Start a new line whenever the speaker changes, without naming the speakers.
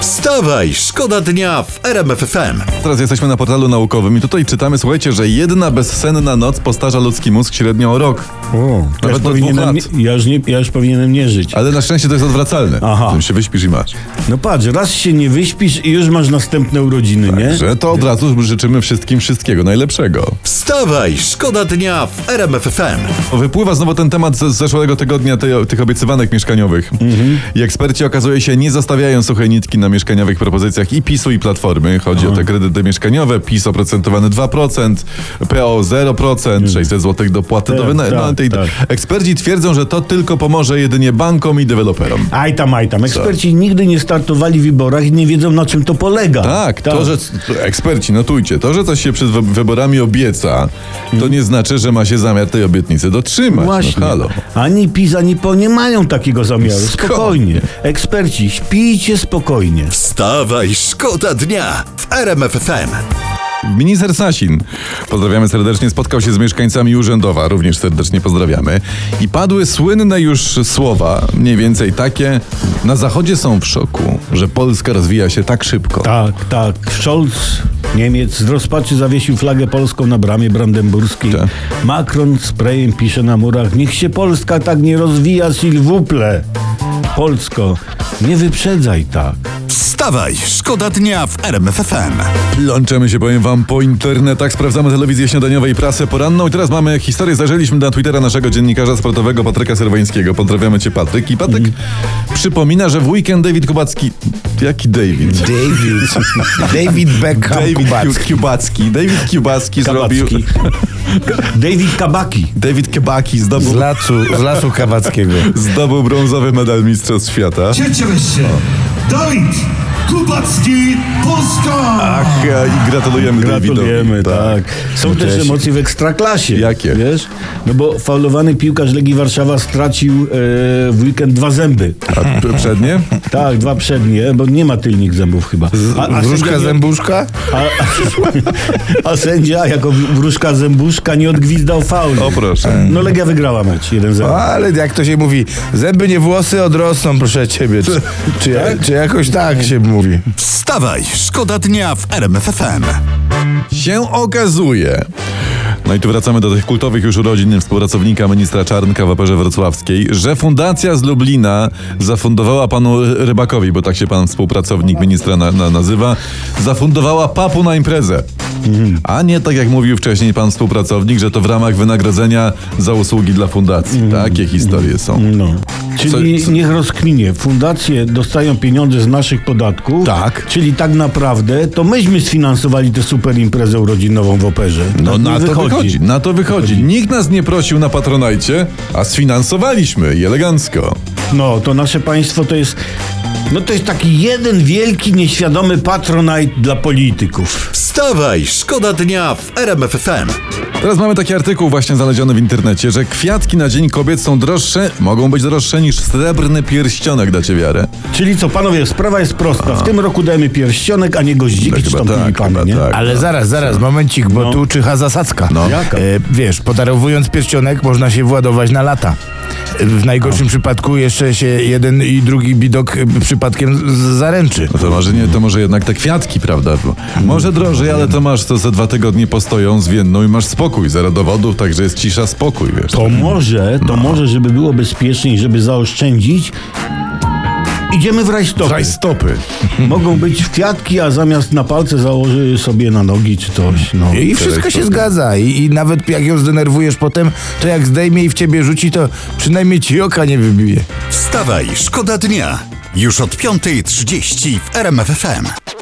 Wstawaj, szkoda dnia w RMFFM.
Teraz jesteśmy na portalu naukowym i tutaj czytamy, słuchajcie, że jedna bezsenna noc postarza ludzki mózg średnio o rok.
O, ja, już
do
powinienem,
dwóch
ja, już nie, ja już powinienem nie żyć.
Ale na szczęście to jest odwracalne.
Aha.
Tym się wyśpisz i masz.
No patrz, raz się nie wyśpisz i już masz następne urodziny, nie?
Że to od razu życzymy wszystkim wszystkiego najlepszego.
Wstawaj, szkoda dnia w RMFFM.
Wypływa znowu ten temat z z zeszłego tygodnia tej, tych obiecywanek mieszkaniowych.
Mhm.
I eksperci okazuje się nie zostawiają suchej nitki na mieszkaniowych propozycjach i PiSu i Platformy. Chodzi
Mhm.
o te kredyty mieszkaniowe, PiS oprocentowany 2%, PO 0%, 600 zł dopłaty do
Mhm. Tak,
wynajmu.
tak,
tej-
tak.
Eksperci twierdzą, że to tylko pomoże jedynie bankom i deweloperom.
Aj tam, aj tam. Eksperci nigdy nie startowali w wyborach i nie wiedzą na czym to polega.
Tak, to, że to eksperci, notujcie, to, że coś się przed wy- wyborami obieca, to nie znaczy, że ma się zamiar tej obietnicy dotrzymać.
Mhm. Właśnie.
No, halo.
Ani PiS, ani PO nie mają takiego zamiaru.
Skąd?
Spokojnie. Eksperci, śpijcie spokojnie.
Wstawaj, szkoda dnia w RMFFM.
Minister Sasin, pozdrawiamy serdecznie, spotkał się z mieszkańcami Urzędowa, również serdecznie pozdrawiamy. I padły słynne już słowa, mniej więcej takie, na zachodzie są w szoku, że Polska rozwija się tak szybko.
Tak, tak. Scholz, Niemiec, z rozpaczy zawiesił flagę polską na bramie brandenburskiej.
Tak.
Macron sprayem pisze na murach: Niech się Polska tak nie rozwija, s'il vous plaît. Polsko, nie wyprzedzaj tak.
Wstawaj, szkoda dnia w RMFFM.
Łączymy się, powiem wam, po internetach, sprawdzamy telewizję śniadaniową i prasę poranną i teraz mamy historię, zajrzeliśmy na Twittera naszego dziennikarza sportowego Patryka Serwańskiego. Pozdrawiamy cię Patryk. I Patryk przypomina, że w weekend David Kubacki... Jaki David?
David, David Beckham
David
Kubacki.
Kubacki. Kubacki. David Kubacki zrobił...
Kabacki. David Kabaki.
David Kebaki
Z
zdobył,
lasu, z lasu Kabackiego.
zdobył brązowy medal Mistrzostw Świata.
Tak.
Cieszymy się! Dawid Kubacki, Polska!
Ach, e, i gratulujemy
Gratulujemy,
Davidowi.
tak. Są też emocje w ekstraklasie.
Jakie?
Wiesz? No bo faulowany piłkarz Legii Warszawa stracił e, w weekend dwa zęby.
A p- przednie?
Tak, dwa przednie, bo nie ma tylnych zębów chyba. sędzia
Wróżka
nie-
zębuszka?
A, a, a sędzia jako wróżka zębuszka nie odgwizdał faulu.
O proszę.
No Legia wygrała mecz 1-0.
Ale jak to się mówi, zęby nie włosy odrosną, proszę ciebie. Czy, czy, ja- czy jakoś tak się mówi?
Wstawaj, szkoda dnia w RMFFM.
Się okazuje. No i tu wracamy do tych kultowych już urodzin współpracownika ministra Czarnka w Operze Wrocławskiej, że fundacja z Lublina zafundowała panu Rybakowi, bo tak się pan współpracownik ministra na, na, nazywa, zafundowała papu na imprezę. A nie tak jak mówił wcześniej pan współpracownik, że to w ramach wynagrodzenia za usługi dla fundacji. Takie historie są.
No. Czyli
Co- co-
niech rozkminie. Fundacje dostają pieniądze z naszych podatków.
Tak.
Czyli tak naprawdę to myśmy sfinansowali tę super imprezę urodzinową w operze.
No
Tak mi
na to wychodzi. na to wychodzi. Nikt nas nie prosił na patronajcie, a sfinansowaliśmy i elegancko.
No, to nasze państwo to jest. No to jest taki jeden wielki, nieświadomy patronajt dla polityków.
Wstawaj, szkoda dnia w RMFFM.
Teraz mamy taki artykuł właśnie znaleziony w internecie, że kwiatki na Dzień Kobiet są droższe, mogą być droższe niż srebrny pierścionek, dacie wiarę.
Czyli co, panowie, sprawa jest prosta. W tym roku dajemy pierścionek, a nie goździki, czy
chyba
tam
tak,
tulipany,
chyba
nie?
tak.
Ale zaraz, zaraz, momencik, bo tu czyha zasadzka.
No.
E, wiesz, podarowując pierścionek można się władowaj na lata. E, W najgorszym przypadku jeszcze się jeden i drugi bidok e, przypadkiem z- zaręczy.
No to może nie, to może jednak te kwiatki, prawda? Bo może drożej, ale to masz, to za dwa tygodnie postoją z Wienną i masz spokój, zero dowodów, także jest cisza, spokój, wiesz.
To może, to może, żeby było bezpieczniej, żeby zaoszczędzić. Idziemy w rajstopy.
Traj stopy.
Mogą być w kwiatki, a zamiast na palce założy sobie na nogi czy coś. No.
I wszystko się zgadza. I, I nawet jak ją zdenerwujesz potem, to jak zdejmie i w ciebie rzuci, to przynajmniej ci oka nie wybije.
Wstawaj, szkoda dnia. Już od 5.30 w RMFFM.